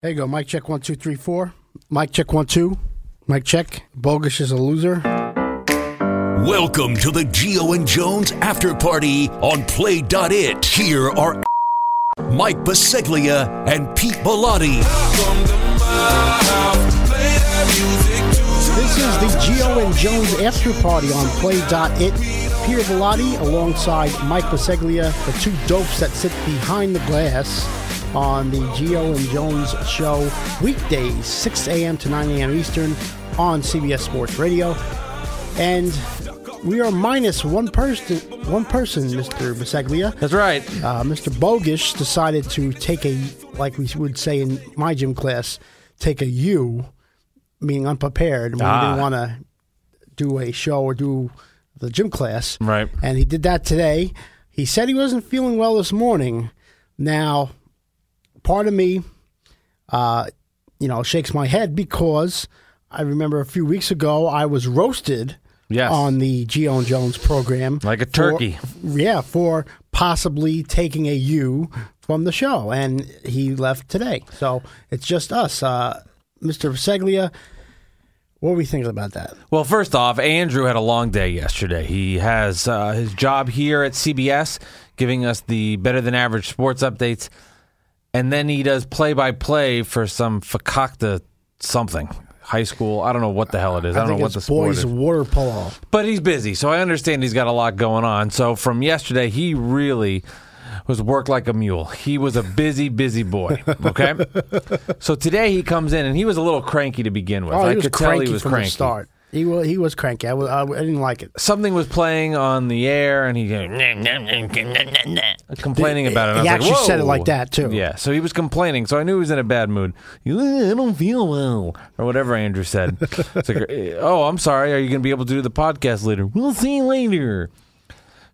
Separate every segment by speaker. Speaker 1: There you go. Mic check one, two, three, four. Mic check one, two. Mic check. Bogus is a loser.
Speaker 2: Welcome to the Geo and Jones After Party on Play.it. Here are Mike Baseglia and Pete Bellotti.
Speaker 1: This is the Geo and Jones after party on Play.it. Peter Velati alongside Mike Baseglia, the two dopes that sit behind the glass on the Geo and Jones show weekdays, 6 a.m. to 9 a.m. Eastern on CBS Sports Radio. And we are minus one person, one person, Mr. Baseglia.
Speaker 3: That's right.
Speaker 1: uh, Mr. Bogish decided to take a, like we would say in my gym class, take a U, meaning unprepared. When
Speaker 3: Ah.
Speaker 1: We didn't want to do a show or do the gym class.
Speaker 3: Right.
Speaker 1: And he did that today. He said he wasn't feeling well this morning. Now, part of me, uh, you know, shakes my head because I remember a few weeks ago I was roasted
Speaker 3: Yes.
Speaker 1: on the Geo and Jones program.
Speaker 3: Like a
Speaker 1: for-
Speaker 3: turkey.
Speaker 1: yeah, for possibly taking a U from the show. And he left today. So it's just us. Uh, Mr. Seglia, what are we thinking about that?
Speaker 3: Well, first off, Andrew had a long day yesterday. He has uh, his job here at CBS, giving us the better than average sports updates, and then he does play by play for some Fakakta something high school. I don't know what the hell it is. I, don't
Speaker 1: think
Speaker 3: know what
Speaker 1: it's
Speaker 3: the sport
Speaker 1: boys
Speaker 3: is.
Speaker 1: water polo.
Speaker 3: But he's busy, so I understand he's got a lot going on. So from yesterday, he really was worked like a mule. He was a busy, busy boy. Okay, so today he comes in and he was a little cranky to begin with.
Speaker 1: Oh,
Speaker 3: I
Speaker 1: he was
Speaker 3: could
Speaker 1: cranky
Speaker 3: tell he was
Speaker 1: from
Speaker 3: cranky.
Speaker 1: the start. He was, he was cranky. I, was, I, I didn't like it.
Speaker 3: Something was playing on the air, and he complaining about it. and
Speaker 1: He
Speaker 3: I was
Speaker 1: actually
Speaker 3: like,
Speaker 1: said it like
Speaker 3: "Whoa."
Speaker 1: that, too.
Speaker 3: Yeah, so he was complaining. So I knew he was in a bad mood. He, "Uh, I don't feel well, or whatever Andrew said. It's like, oh, I'm sorry. Are you going to be able to do the podcast later? We'll see you later.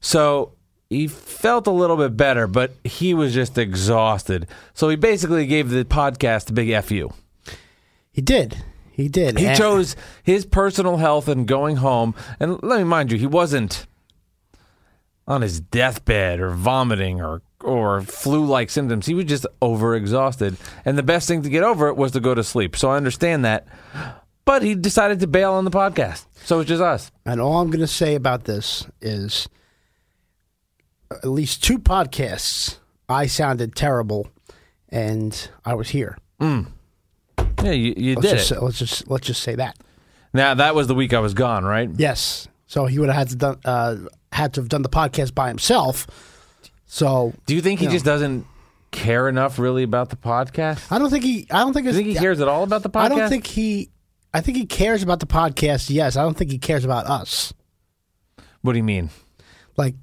Speaker 3: So he felt a little bit better, but he was just exhausted. So he basically gave the podcast a big fu.
Speaker 1: He did. He did.
Speaker 3: He
Speaker 1: And-
Speaker 3: chose his personal health and going home. And let me mind you, he wasn't on his deathbed or vomiting or or flu-like symptoms. He was just overexhausted. And the best thing to get over it was to go to sleep. So I understand that. But he decided to bail on the podcast. So it's just us.
Speaker 1: And all I'm going to say about this is at least two podcasts, I sounded terrible and I was here.
Speaker 3: Yeah, you, you
Speaker 1: Let's
Speaker 3: did
Speaker 1: just,
Speaker 3: it.
Speaker 1: say- let's just let's just say that.
Speaker 3: Oh, Now that was the week I was gone, right?
Speaker 1: Yes. So he would have had to done, uh, had to have done the podcast by himself. So
Speaker 3: Do you think he
Speaker 1: Yeah.
Speaker 3: just doesn't care enough really about the podcast?
Speaker 1: I don't think he. I don't think.
Speaker 3: Do you think he cares at all about the podcast?
Speaker 1: I don't think he. I think he cares about the podcast. Yes, I don't think he cares about us.
Speaker 3: What do you mean?
Speaker 1: Like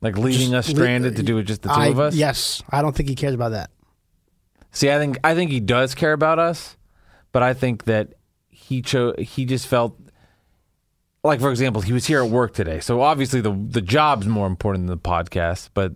Speaker 3: Like leaving us
Speaker 1: le-
Speaker 3: stranded to do it just the two
Speaker 1: I,
Speaker 3: of us?
Speaker 1: Yes, I don't think he cares about that.
Speaker 3: See, I think I think he does care about us, but I think that he chose he just felt like for example, he was here at work today. So obviously the the job's more important than the podcast, but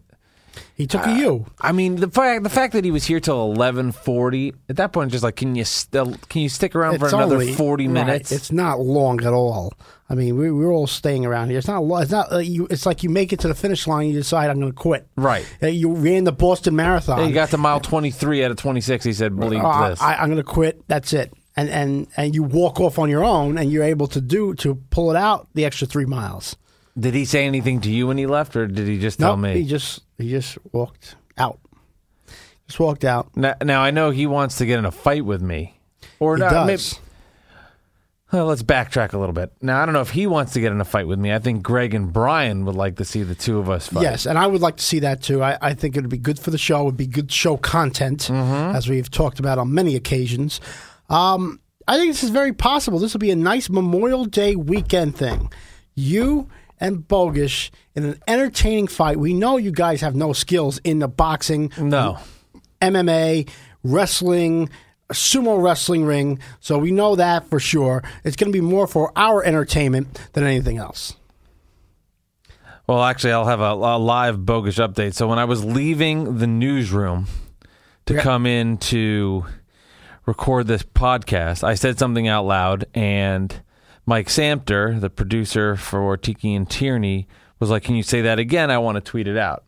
Speaker 1: He took
Speaker 3: Uh,
Speaker 1: a U.
Speaker 3: I mean the fact the fact that he was here till 11:40 at that point just like can you still can you stick around for another
Speaker 1: only-
Speaker 3: 40
Speaker 1: right,
Speaker 3: minutes?
Speaker 1: It's not long at all. I mean, we, we're all staying around here. It's not. lo- It's not. Uh, you, it's like you make it to the finish line. You decide I'm going to quit.
Speaker 3: Right.
Speaker 1: Uh, you ran the Boston Marathon.
Speaker 3: he got to mile 23 out of 26 he said believe
Speaker 1: Oh, I-
Speaker 3: this.
Speaker 1: I, I'm going to quit. That's it. And and and you walk off on your own, and you're able to do to pull it out the extra three miles.
Speaker 3: did he say anything to you when he left or did he just tell
Speaker 1: Nope,
Speaker 3: me?
Speaker 1: he just he just walked out. Just walked out.
Speaker 3: now, now I know he wants to get in a fight with me. Or
Speaker 1: He
Speaker 3: not,
Speaker 1: does.
Speaker 3: maybe- Well, let's backtrack a little bit. Now, I don't know if he wants to get in a fight with me. I think Greg and Brian would like to see the two of us fight.
Speaker 1: Yes, and I would like to see that too. I, I think it would be good for the show. It would be good show content, as we've talked about on many occasions. Um, I think this is very possible. This will be a nice Memorial Day weekend thing. You and Bogish in an entertaining fight. We know you guys have no skills in the boxing,
Speaker 3: No.
Speaker 1: MMA, wrestling, sumo wrestling ring. So we know that for sure. It's going to be more for our entertainment than anything else.
Speaker 3: Well, actually, I'll have a, a live bogus update. So when I was leaving the newsroom to come in to record this podcast, I said something out loud, and Mike Samter, the producer for Tiki and Tierney, was like, "Can you say that again? I want to tweet it out."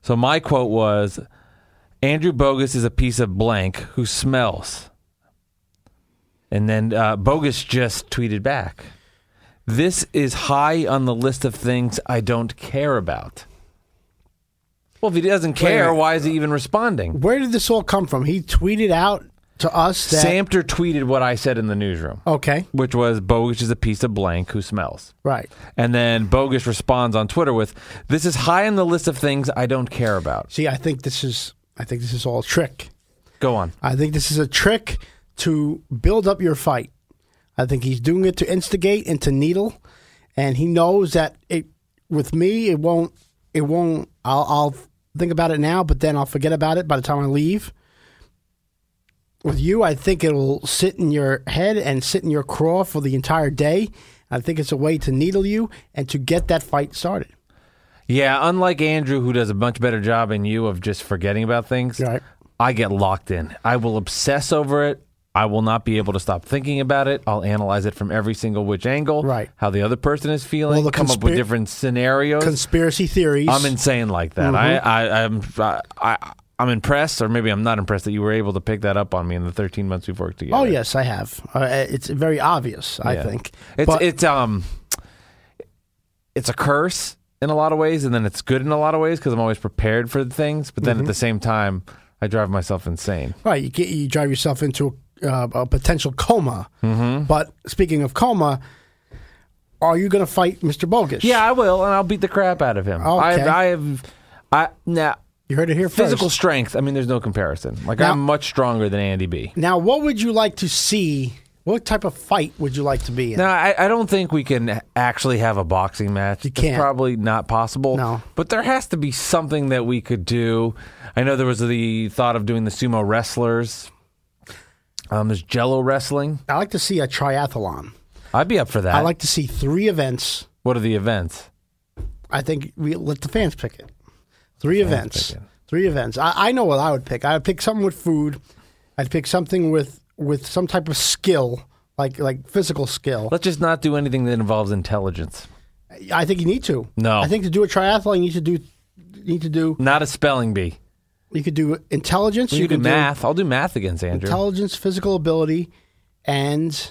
Speaker 3: So my quote was, Andrew Bogus is a piece of blank who smells. And then uh, Bogus just tweeted back. This is high on the list of things I don't care about. Well, if he doesn't care,
Speaker 1: minute.
Speaker 3: why is he even responding?
Speaker 1: Where did this all come from? He tweeted out to us that.
Speaker 3: Samter tweeted what I said in the newsroom,
Speaker 1: Okay,
Speaker 3: which was Bogus is a piece of blank who smells.
Speaker 1: right.
Speaker 3: And then Bogus responds on Twitter with, "This is high on the list of things I don't care about."
Speaker 1: See, I think this is. I think this is all a trick.
Speaker 3: Go on.
Speaker 1: I think this is a trick to build up your fight. I think he's doing it to instigate and to needle, and he knows that it with me it won't it won't I'll I'll think about it now, but then I'll forget about it by the time I leave. With you, I think it'll sit in your head and sit in your craw for the entire day. I think it's a way to needle you and to get that fight started.
Speaker 3: Yeah, unlike Andrew, who does a much better job than you of just forgetting about things,
Speaker 1: Right.
Speaker 3: I get locked in. I will obsess over it. I will not be able to stop thinking about it. I'll analyze it from every single which angle,
Speaker 1: Right.
Speaker 3: How the other person is feeling,
Speaker 1: Well, the
Speaker 3: come up with
Speaker 1: conspir-
Speaker 3: different scenarios.
Speaker 1: Conspiracy theories.
Speaker 3: I'm insane like that. I, I, I'm, I, I, I'm impressed, or maybe I'm not impressed that you were able to pick that up on me in the 13 months we've worked together.
Speaker 1: oh yes, I have. Uh, it's very obvious. I
Speaker 3: Yeah.
Speaker 1: think
Speaker 3: It's
Speaker 1: But-
Speaker 3: it's um it's a curse in a lot of ways, and then it's good in a lot of ways because I'm always prepared for things. But then at the same time, I drive myself insane.
Speaker 1: Right, you get, you drive yourself into a, uh, a potential coma.
Speaker 3: Mm-hmm.
Speaker 1: But speaking of coma, are you going to fight Mr. Bogus?
Speaker 3: Yeah, I will, and I'll beat the crap out of him.
Speaker 1: Okay.
Speaker 3: I, I have, I now
Speaker 1: you heard it here
Speaker 3: physical
Speaker 1: first.
Speaker 3: strength. I mean, there's no comparison. Like
Speaker 1: Now-
Speaker 3: I'm much stronger than Andy B.
Speaker 1: Now, what would you like to see? What type of fight would you like to be in?
Speaker 3: No, I, I don't think we can actually have a boxing match. You
Speaker 1: can't.
Speaker 3: probably not possible.
Speaker 1: No.
Speaker 3: But there has to be something that we could do. I know there was the thought of doing the sumo wrestlers. Um, there's jello wrestling.
Speaker 1: I like to see a triathlon.
Speaker 3: I'd be up for that.
Speaker 1: I like to see three events.
Speaker 3: what are the events?
Speaker 1: I think we let the fans pick it. Three events. Three events. I, I know what I would pick. I would pick something with food. I'd pick something with with some type of skill, like like physical skill.
Speaker 3: Let's just not do anything that involves intelligence.
Speaker 1: I think you need to.
Speaker 3: No.
Speaker 1: I think to do a triathlon, you need to do. you Need to do.
Speaker 3: Not a spelling bee.
Speaker 1: You could do intelligence.
Speaker 3: You,
Speaker 1: can
Speaker 3: do math. I'll do math against Andrew.
Speaker 1: intelligence, physical ability, and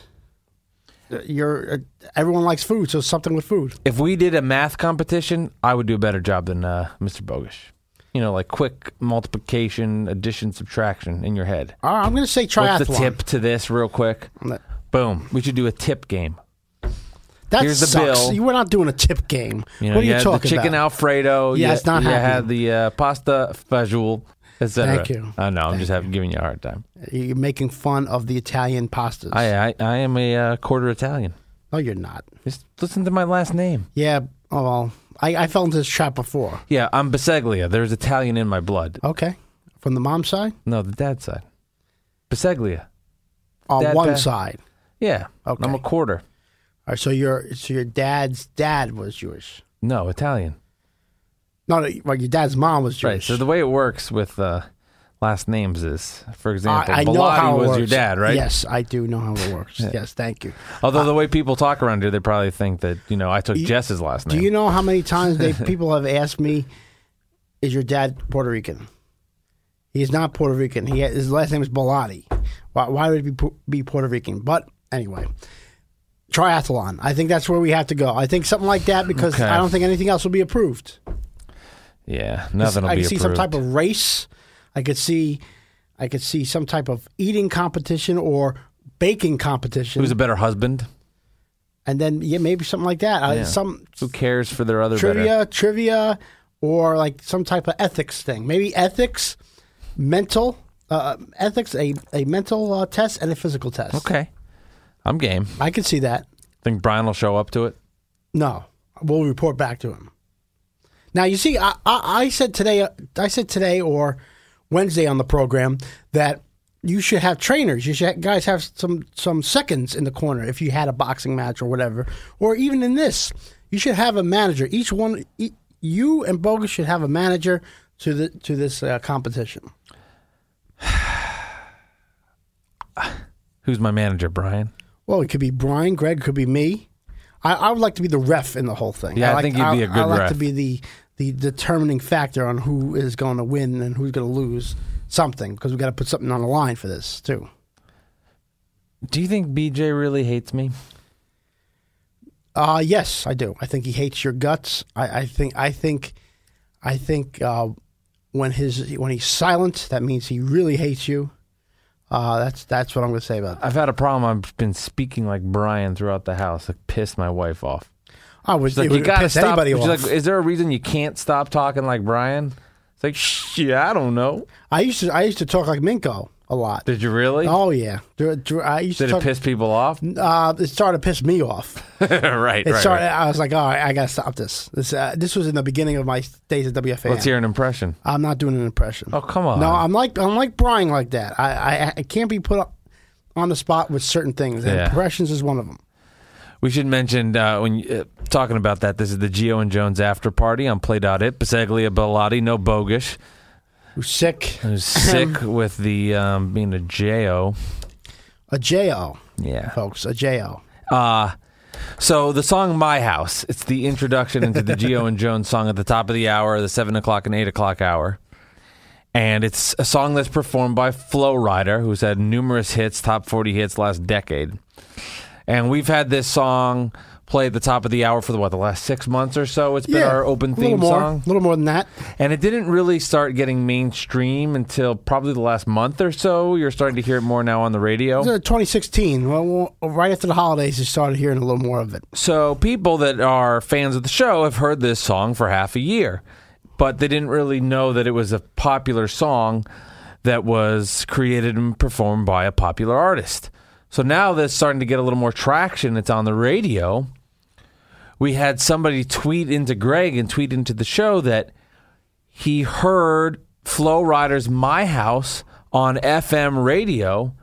Speaker 1: your uh, everyone likes food, so something with food.
Speaker 3: if we did a math competition, I would do a better job than uh, Mr. Bogish. You know, like quick multiplication, addition, subtraction in your head.
Speaker 1: All right, I'm going to say triathlon.
Speaker 3: What's the tip to this, real quick?
Speaker 1: That
Speaker 3: Boom. We should do a tip game.
Speaker 1: that
Speaker 3: Here's the
Speaker 1: sucks.
Speaker 3: bill.
Speaker 1: You were not doing a tip game.
Speaker 3: You know,
Speaker 1: what are you
Speaker 3: had
Speaker 1: talking
Speaker 3: the chicken
Speaker 1: about?
Speaker 3: Alfredo.
Speaker 1: Yeah,
Speaker 3: you,
Speaker 1: it's not
Speaker 3: you
Speaker 1: happening.
Speaker 3: had the uh, pasta fagioli, etc.
Speaker 1: Thank you.
Speaker 3: I know. I'm just having, giving you a hard time.
Speaker 1: You're making fun of the Italian pastas.
Speaker 3: I I, I am a uh, quarter Italian.
Speaker 1: no, you're not.
Speaker 3: Just listen to my last name.
Speaker 1: Yeah. Oh, well, I, I fell into this trap before.
Speaker 3: Yeah, I'm Biseglia. There's Italian in my blood.
Speaker 1: Okay, from the mom's side,
Speaker 3: No, the dad side. Biseglia.
Speaker 1: on
Speaker 3: Dad
Speaker 1: one
Speaker 3: bad.
Speaker 1: side.
Speaker 3: Yeah.
Speaker 1: Okay.
Speaker 3: I'm a quarter.
Speaker 1: All right, so your so your dad's dad was Jewish.
Speaker 3: No, Italian.
Speaker 1: No, no well, your dad's mom was
Speaker 3: Right.
Speaker 1: Jewish.
Speaker 3: So the way it works with uh, last names is, for example,
Speaker 1: I, I know
Speaker 3: Bilotti
Speaker 1: how it
Speaker 3: was
Speaker 1: works.
Speaker 3: your dad, right?
Speaker 1: Yes, I do know how it works. Yes, thank you.
Speaker 3: Although the way people talk around here, they probably think that you know I took Jess's last
Speaker 1: Do
Speaker 3: name.
Speaker 1: you know how many times they people have asked me, "Is your dad Puerto Rican?" He's not Puerto Rican. He his last name is Bilotti. Why, why would he be, Pu- be Puerto Rican? But anyway, triathlon. I think that's where we have to go. I think something like that because
Speaker 3: Okay.
Speaker 1: I don't think anything else will be approved.
Speaker 3: yeah, nothing will
Speaker 1: I
Speaker 3: be
Speaker 1: could see some
Speaker 3: approved.
Speaker 1: type of race. I could see, I could see some type of eating competition or baking competition,
Speaker 3: Who's a better husband?
Speaker 1: and then yeah, maybe something like that. Uh, some
Speaker 3: Who cares for their other
Speaker 1: trivia,
Speaker 3: better?
Speaker 1: trivia, or like some type of ethics thing. Maybe ethics, mental uh, ethics, a a mental uh, test and a physical test.
Speaker 3: Okay, I'm game.
Speaker 1: I could see that.
Speaker 3: Think Brian will show up to it?
Speaker 1: No, we'll report back to him. Now you see, I, I, I said today, I said today or Wednesday on the program that you should have trainers. You should guys have some some seconds in the corner if you had a boxing match or whatever, or even in this, you should have a manager. Each one, e- you and Bogus should have a manager to the to this uh, competition.
Speaker 3: Who's my manager, Brian?
Speaker 1: Well, it could be Brian, Greg, it could be me. I, I would like to be the ref in the whole thing.
Speaker 3: Yeah, I
Speaker 1: like,
Speaker 3: think you'd be a
Speaker 1: I-
Speaker 3: good
Speaker 1: I like
Speaker 3: ref.
Speaker 1: to be the the determining factor on who is going to win and who's going to lose. something because we got to put something on the line for this too.
Speaker 3: Do you think BJ really hates me?
Speaker 1: Uh yes, I do. I think he hates your guts. I, I think I think I think uh, when his when he's silent, that means he really hates you. Uh, that's that's what I'm going to say about that.
Speaker 3: I've had a problem. I've been speaking like Brian throughout the house. Like pissed my wife off.
Speaker 1: I was
Speaker 3: She's like,
Speaker 1: it would
Speaker 3: you gotta
Speaker 1: piss
Speaker 3: stop.
Speaker 1: anybody
Speaker 3: She's
Speaker 1: off.
Speaker 3: like, is there a reason you can't stop talking like Brian? It's like, shit, I don't know.
Speaker 1: I used to I used to talk like Minko a lot.
Speaker 3: Did you really?
Speaker 1: Oh yeah, Dr- dr- I used
Speaker 3: Did
Speaker 1: to
Speaker 3: it
Speaker 1: talk.
Speaker 3: piss people off?
Speaker 1: uh, it started to piss me off.
Speaker 3: right,
Speaker 1: It
Speaker 3: right,
Speaker 1: started.
Speaker 3: right.
Speaker 1: I was like, all right, I got to stop this. This uh, this was in the beginning of my days at WFA.
Speaker 3: Let's hear an impression.
Speaker 1: I'm not doing an impression.
Speaker 3: Oh, come on.
Speaker 1: No, I'm like I'm like Brian like that. I I, I can't be put up on the spot with certain things. And
Speaker 3: Yeah.
Speaker 1: Impressions is one of them.
Speaker 3: We should mention uh, when you, uh, talking about that. This is the Geo and Jones after party on Play Dot It. Baseglia Bellotti, no bogish,
Speaker 1: Who's sick?
Speaker 3: who's sick with the um, being a Jo.
Speaker 1: A J-O,
Speaker 3: Yeah.
Speaker 1: folks. A J-O.
Speaker 3: Uh so the song "My House." It's the introduction into the Geo and Jones song at the top of the hour, the seven o'clock and eight o'clock hour, and it's a song that's performed by Flow Rider, who's had numerous hits, top forty hits last decade, and we've had this song play at the top of the hour for the what the last six months or so. It's been our open
Speaker 1: a little
Speaker 3: theme
Speaker 1: more,
Speaker 3: song,
Speaker 1: A little more than that.
Speaker 3: and it didn't really start getting mainstream until probably the last month or so. You're starting to hear it more now on the radio.
Speaker 1: It was, uh, 2016. Well, well, right after the holidays, you started hearing a little more of it.
Speaker 3: So people that are fans of the show have heard this song for half a year, but they didn't really know that it was a popular song that was created and performed by a popular artist. So now that's starting to get a little more traction. It's on the radio. We had somebody tweet into Greg and tweet into the show that he heard Flow Riders My House on FM radio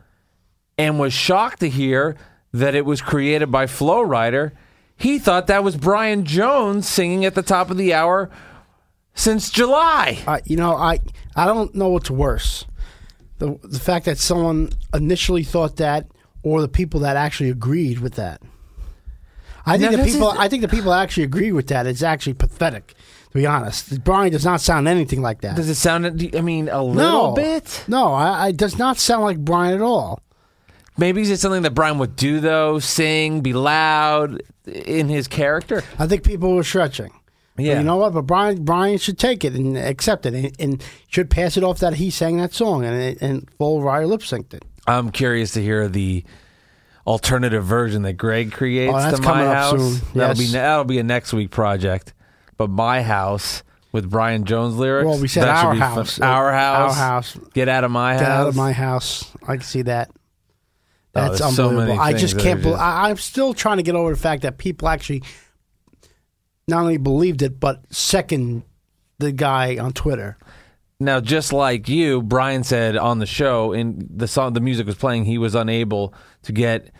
Speaker 3: and was shocked to hear that it was created by Flow Rider. He thought that was Brian Jones singing at the top of the hour since July.
Speaker 1: I, you know, I I don't know what's worse, the the fact that someone initially thought that, or the people that actually agreed with that. I think
Speaker 3: Now,
Speaker 1: the
Speaker 3: this
Speaker 1: people.
Speaker 3: is-
Speaker 1: I think the people that actually agree with that is actually pathetic. To be honest, Brian does not sound anything like that.
Speaker 3: Does it sound? do you- I mean, a
Speaker 1: no
Speaker 3: little bit.
Speaker 1: No, I, I it does not sound like Brian at all.
Speaker 3: Maybe is it something that Brian would do though? Sing, be loud in his character.
Speaker 1: I think people were stretching. But
Speaker 3: Yeah.
Speaker 1: you know what? But Brian Brian should take it and accept it and, and should pass it off that he sang that song and and full Ryer lip synced it.
Speaker 3: I'm curious to hear the alternative version that Greg creates
Speaker 1: Oh, that's
Speaker 3: to my
Speaker 1: coming up
Speaker 3: house.
Speaker 1: soon.
Speaker 3: That'll be
Speaker 1: Yes.
Speaker 3: that'll be a next week project. But my house with Brian Jones lyrics.
Speaker 1: Well, we said
Speaker 3: that should
Speaker 1: our
Speaker 3: be fun.
Speaker 1: house.
Speaker 3: Our house.
Speaker 1: Our house.
Speaker 3: Get out of my house.
Speaker 1: Get out of my house. I can see that. That's
Speaker 3: Oh, there's so
Speaker 1: unbelievable.
Speaker 3: many
Speaker 1: I
Speaker 3: things
Speaker 1: just
Speaker 3: that
Speaker 1: can't
Speaker 3: are
Speaker 1: believe.
Speaker 3: just-
Speaker 1: I, I'm still trying to get over the fact that people actually not only believed it, but second the guy on Twitter.
Speaker 3: Now, just like you, Brian said on the show, in the song, the music was playing, he was unable to get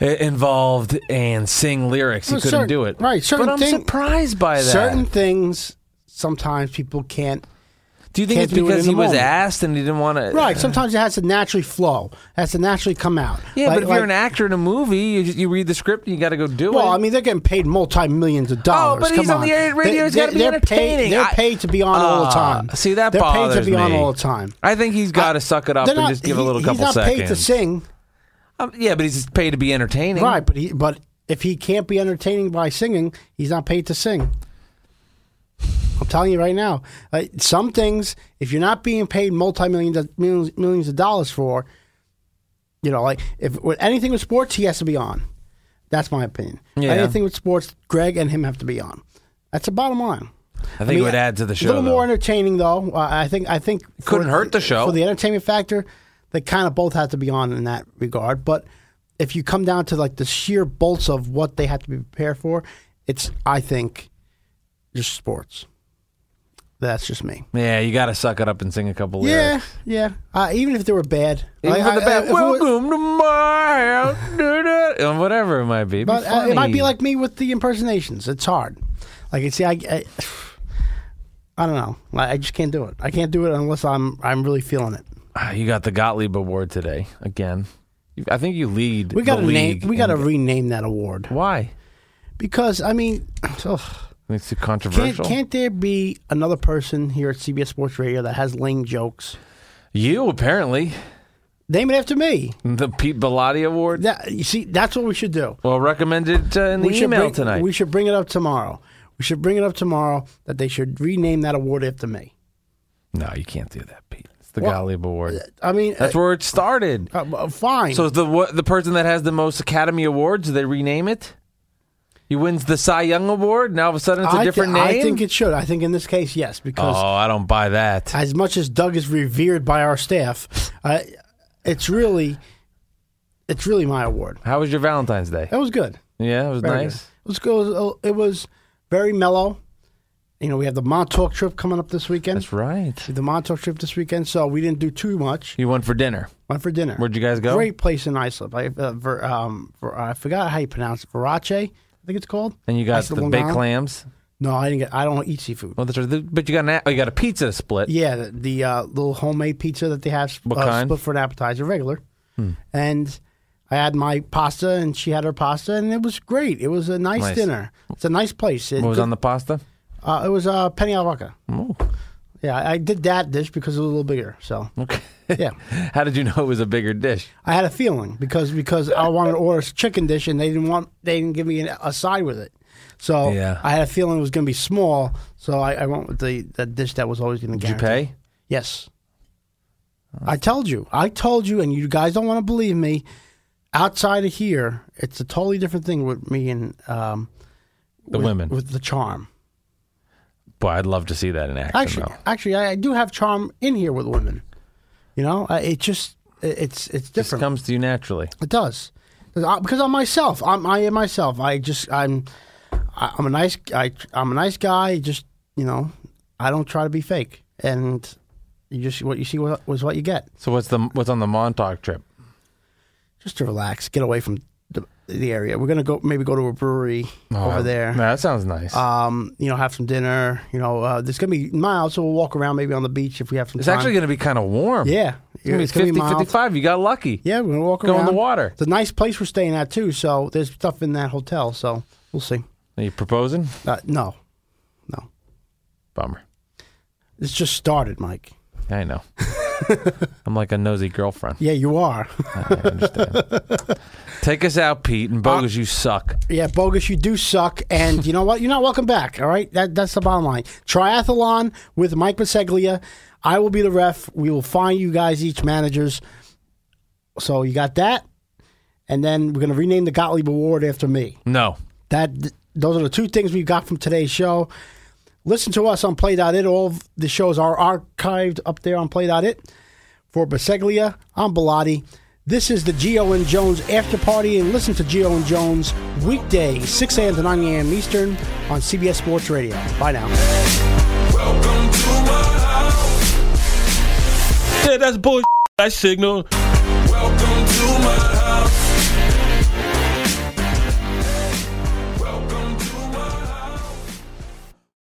Speaker 3: i- involved and sing lyrics. He
Speaker 1: Well,
Speaker 3: couldn't
Speaker 1: certain-
Speaker 3: do it.
Speaker 1: right, certain
Speaker 3: but I'm
Speaker 1: thing-
Speaker 3: surprised by that.
Speaker 1: Certain things sometimes people can't.
Speaker 3: do you think
Speaker 1: can't
Speaker 3: it's
Speaker 1: do it
Speaker 3: because
Speaker 1: in
Speaker 3: he
Speaker 1: the
Speaker 3: was
Speaker 1: moment.
Speaker 3: asked and he didn't want to?
Speaker 1: Right. Sometimes it has to naturally flow. Has to naturally come out.
Speaker 3: Yeah,
Speaker 1: Like-
Speaker 3: but if you're
Speaker 1: like-
Speaker 3: an actor in a movie, you, just, you read the script and you got to go do
Speaker 1: Well,
Speaker 3: it.
Speaker 1: I mean, they're getting paid multi millions of dollars.
Speaker 3: Oh, but
Speaker 1: Come
Speaker 3: he's on the air- radio, he's gotta be
Speaker 1: they're
Speaker 3: entertaining.
Speaker 1: Paid, they're
Speaker 3: I-
Speaker 1: paid to be on all the
Speaker 3: Ah,
Speaker 1: time.
Speaker 3: see, that
Speaker 1: they're paid
Speaker 3: bothers
Speaker 1: to be on
Speaker 3: me.
Speaker 1: all the time.
Speaker 3: I think he's got to
Speaker 1: I-
Speaker 3: suck it up
Speaker 1: They're
Speaker 3: and
Speaker 1: not-
Speaker 3: just give a
Speaker 1: he-
Speaker 3: little couple
Speaker 1: He's not
Speaker 3: seconds.
Speaker 1: paid to sing,
Speaker 3: Um, yeah, but he's paid to be entertaining.
Speaker 1: right? But he, but if he can't be entertaining by singing, he's not paid to sing. I'm telling you right now, uh, some things if you're not being paid multi millions millions millions of dollars for, you know, like if with anything with sports, he has to be on. That's my opinion.
Speaker 3: Yeah.
Speaker 1: Anything with sports, Greg and him have to be on. That's the bottom line.
Speaker 3: I think it would add to the show.
Speaker 1: A little
Speaker 3: though.
Speaker 1: more entertaining, though. Uh, I think. I think
Speaker 3: Couldn't hurt the show.
Speaker 1: for the entertainment factor. They kind of both have to be on in that regard. But if you come down to like the sheer bolts of what they have to be prepared for, it's I think just sports. That's just me.
Speaker 3: yeah, you got to suck it up and sing a couple lyrics.
Speaker 1: Yeah, yeah. Uh, even if they were bad,
Speaker 3: Even
Speaker 1: Like,
Speaker 3: for the
Speaker 1: I- I-
Speaker 3: band,
Speaker 1: if it were-
Speaker 3: Welcome to my house, do that," and Um, whatever it might be.
Speaker 1: But uh, it might
Speaker 3: funny.
Speaker 1: be like me with the impersonations. It's hard. Like you see, I, I, I don't know. I, I just can't do it. I can't do it unless I'm I'm really feeling it.
Speaker 3: Ah, you got the Gottlieb Award today again. You- I think you lead.
Speaker 1: We got to
Speaker 3: the
Speaker 1: name.
Speaker 3: league
Speaker 1: We got to
Speaker 3: in-
Speaker 1: rename that award
Speaker 3: Why?
Speaker 1: because I mean, ugh,
Speaker 3: It's too
Speaker 1: can't
Speaker 3: controversial.
Speaker 1: can't there be another person here at CBS Sports Radio that has lame jokes?
Speaker 3: You apparently
Speaker 1: Name it after me.
Speaker 3: the Pete Bellotti Award.
Speaker 1: That you see, that's what we should do.
Speaker 3: Well, recommended uh, in the
Speaker 1: we should
Speaker 3: email
Speaker 1: bring,
Speaker 3: tonight.
Speaker 1: We should bring it up tomorrow. We should bring it up tomorrow that they should rename that award after me.
Speaker 3: no, you can't do that, Pete. It's the
Speaker 1: Well, uh,
Speaker 3: Gottlieb Award.
Speaker 1: I mean,
Speaker 3: That's where it started.
Speaker 1: uh, uh, fine.
Speaker 3: So the what, the person that has the most Academy Awards, do they rename it? He wins the Cy Young Award. Now all of a sudden it's a
Speaker 1: I thi-
Speaker 3: different name.
Speaker 1: I think it should. I think in this case, yes, because
Speaker 3: oh, I don't buy that.
Speaker 1: as much as Doug is revered by our staff, uh, it's really, it's really my award.
Speaker 3: How was your Valentine's Day?
Speaker 1: That was good.
Speaker 3: Yeah, it was
Speaker 1: Very
Speaker 3: nice.
Speaker 1: good. It was good. It was very mellow. You know, we have the Montauk trip coming up this weekend.
Speaker 3: That's right.
Speaker 1: The Montauk trip this weekend, so we didn't do too much.
Speaker 3: You went for dinner.
Speaker 1: Went for dinner.
Speaker 3: Where'd you guys go?
Speaker 1: Great place in Iceland. I, uh, ver, um, ver, I forgot how you pronounce it. Verace, I think it's called.
Speaker 3: And you got
Speaker 1: Iceland,
Speaker 3: the
Speaker 1: Long
Speaker 3: big
Speaker 1: Island.
Speaker 3: clams.
Speaker 1: No, I didn't. Get, I don't eat seafood.
Speaker 3: Well, that's right. The- But you got an, a- oh, you got a pizza to split.
Speaker 1: Yeah, the, the uh, little homemade pizza that they have
Speaker 3: What
Speaker 1: uh,
Speaker 3: kind? Hmm.
Speaker 1: split for an appetizer, regular. And I had my pasta, and she had her pasta, and it was great. It was a nice,
Speaker 3: Nice.
Speaker 1: dinner. It's a nice place. It,
Speaker 3: What was on the pasta?
Speaker 1: uh, it was uh, penny alla vodka.
Speaker 3: Oh,
Speaker 1: Yeah, I I did that dish because it was a little bigger. So
Speaker 3: okay.
Speaker 1: yeah,
Speaker 3: How did you know it was a bigger dish?
Speaker 1: I had a feeling because because I wanted to order a chicken dish and they didn't want they didn't give me an, a side with it. So
Speaker 3: Yeah.
Speaker 1: I had a feeling it was going to be small. So I, I went with the, the dish that was always going to.
Speaker 3: Did you pay?
Speaker 1: Yes. I told you. I told you, and you guys don't want to believe me. Outside of here, it's a totally different thing with me and um,
Speaker 3: The
Speaker 1: with,
Speaker 3: women.
Speaker 1: with the charm.
Speaker 3: Boy, I'd love to see that in action.
Speaker 1: Actually,
Speaker 3: though.
Speaker 1: actually, I, I do have charm in here with women. You know, I, it just it- it's it's
Speaker 3: this
Speaker 1: different.
Speaker 3: comes to you naturally.
Speaker 1: It does. 'Cause I- Because I'm myself. I'm I am myself. I just I'm I- I'm a nice I I'm a nice guy. Just you know, I don't try to be fake. And you just what you see wa- was what you get.
Speaker 3: So what's the what's on the Montauk trip?
Speaker 1: Just to relax, get away from the, the area. We're gonna go maybe go to a brewery
Speaker 3: Oh,
Speaker 1: over there.
Speaker 3: Nah, that sounds nice.
Speaker 1: Um, you know, have some dinner. You know, uh, there's gonna be mild, so we'll walk around maybe on the beach if we have some
Speaker 3: it's
Speaker 1: time.
Speaker 3: actually going to be kind of warm.
Speaker 1: yeah,
Speaker 3: It's gonna be 50,
Speaker 1: mild.
Speaker 3: 55. You got lucky.
Speaker 1: Yeah, we're gonna walk
Speaker 3: Go
Speaker 1: around.
Speaker 3: in the water.
Speaker 1: It's a nice place we're staying at too. So there's stuff in that hotel. So we'll see.
Speaker 3: Are you proposing?
Speaker 1: Uh, no, no.
Speaker 3: Bummer.
Speaker 1: It's just started, Mike.
Speaker 3: I know. I'm like a nosy girlfriend.
Speaker 1: Yeah, you are.
Speaker 3: I understand. Take us out, Pete, and bogus, you suck.
Speaker 1: yeah, bogus. You do suck, and you know what? You're not welcome back. All right, that that's the bottom line. Triathlon with Mike Biseglia. I will be the ref. We will find you guys each managers. So you got that, and then we're gonna rename the Gottlieb Award after me.
Speaker 3: No.
Speaker 1: That those are the two things we got from today's show. Listen to us on Play.it. All of the shows are archived up there on Play.it. For Baseglia, I'm Bellotti. This is the Geo and Jones After Party, and listen to Geo and Jones weekday, 6 a.m. to 9 a.m. Eastern on CBS Sports Radio. Bye now.
Speaker 4: Welcome to my house.
Speaker 5: Yeah, that's bullshit. I signal.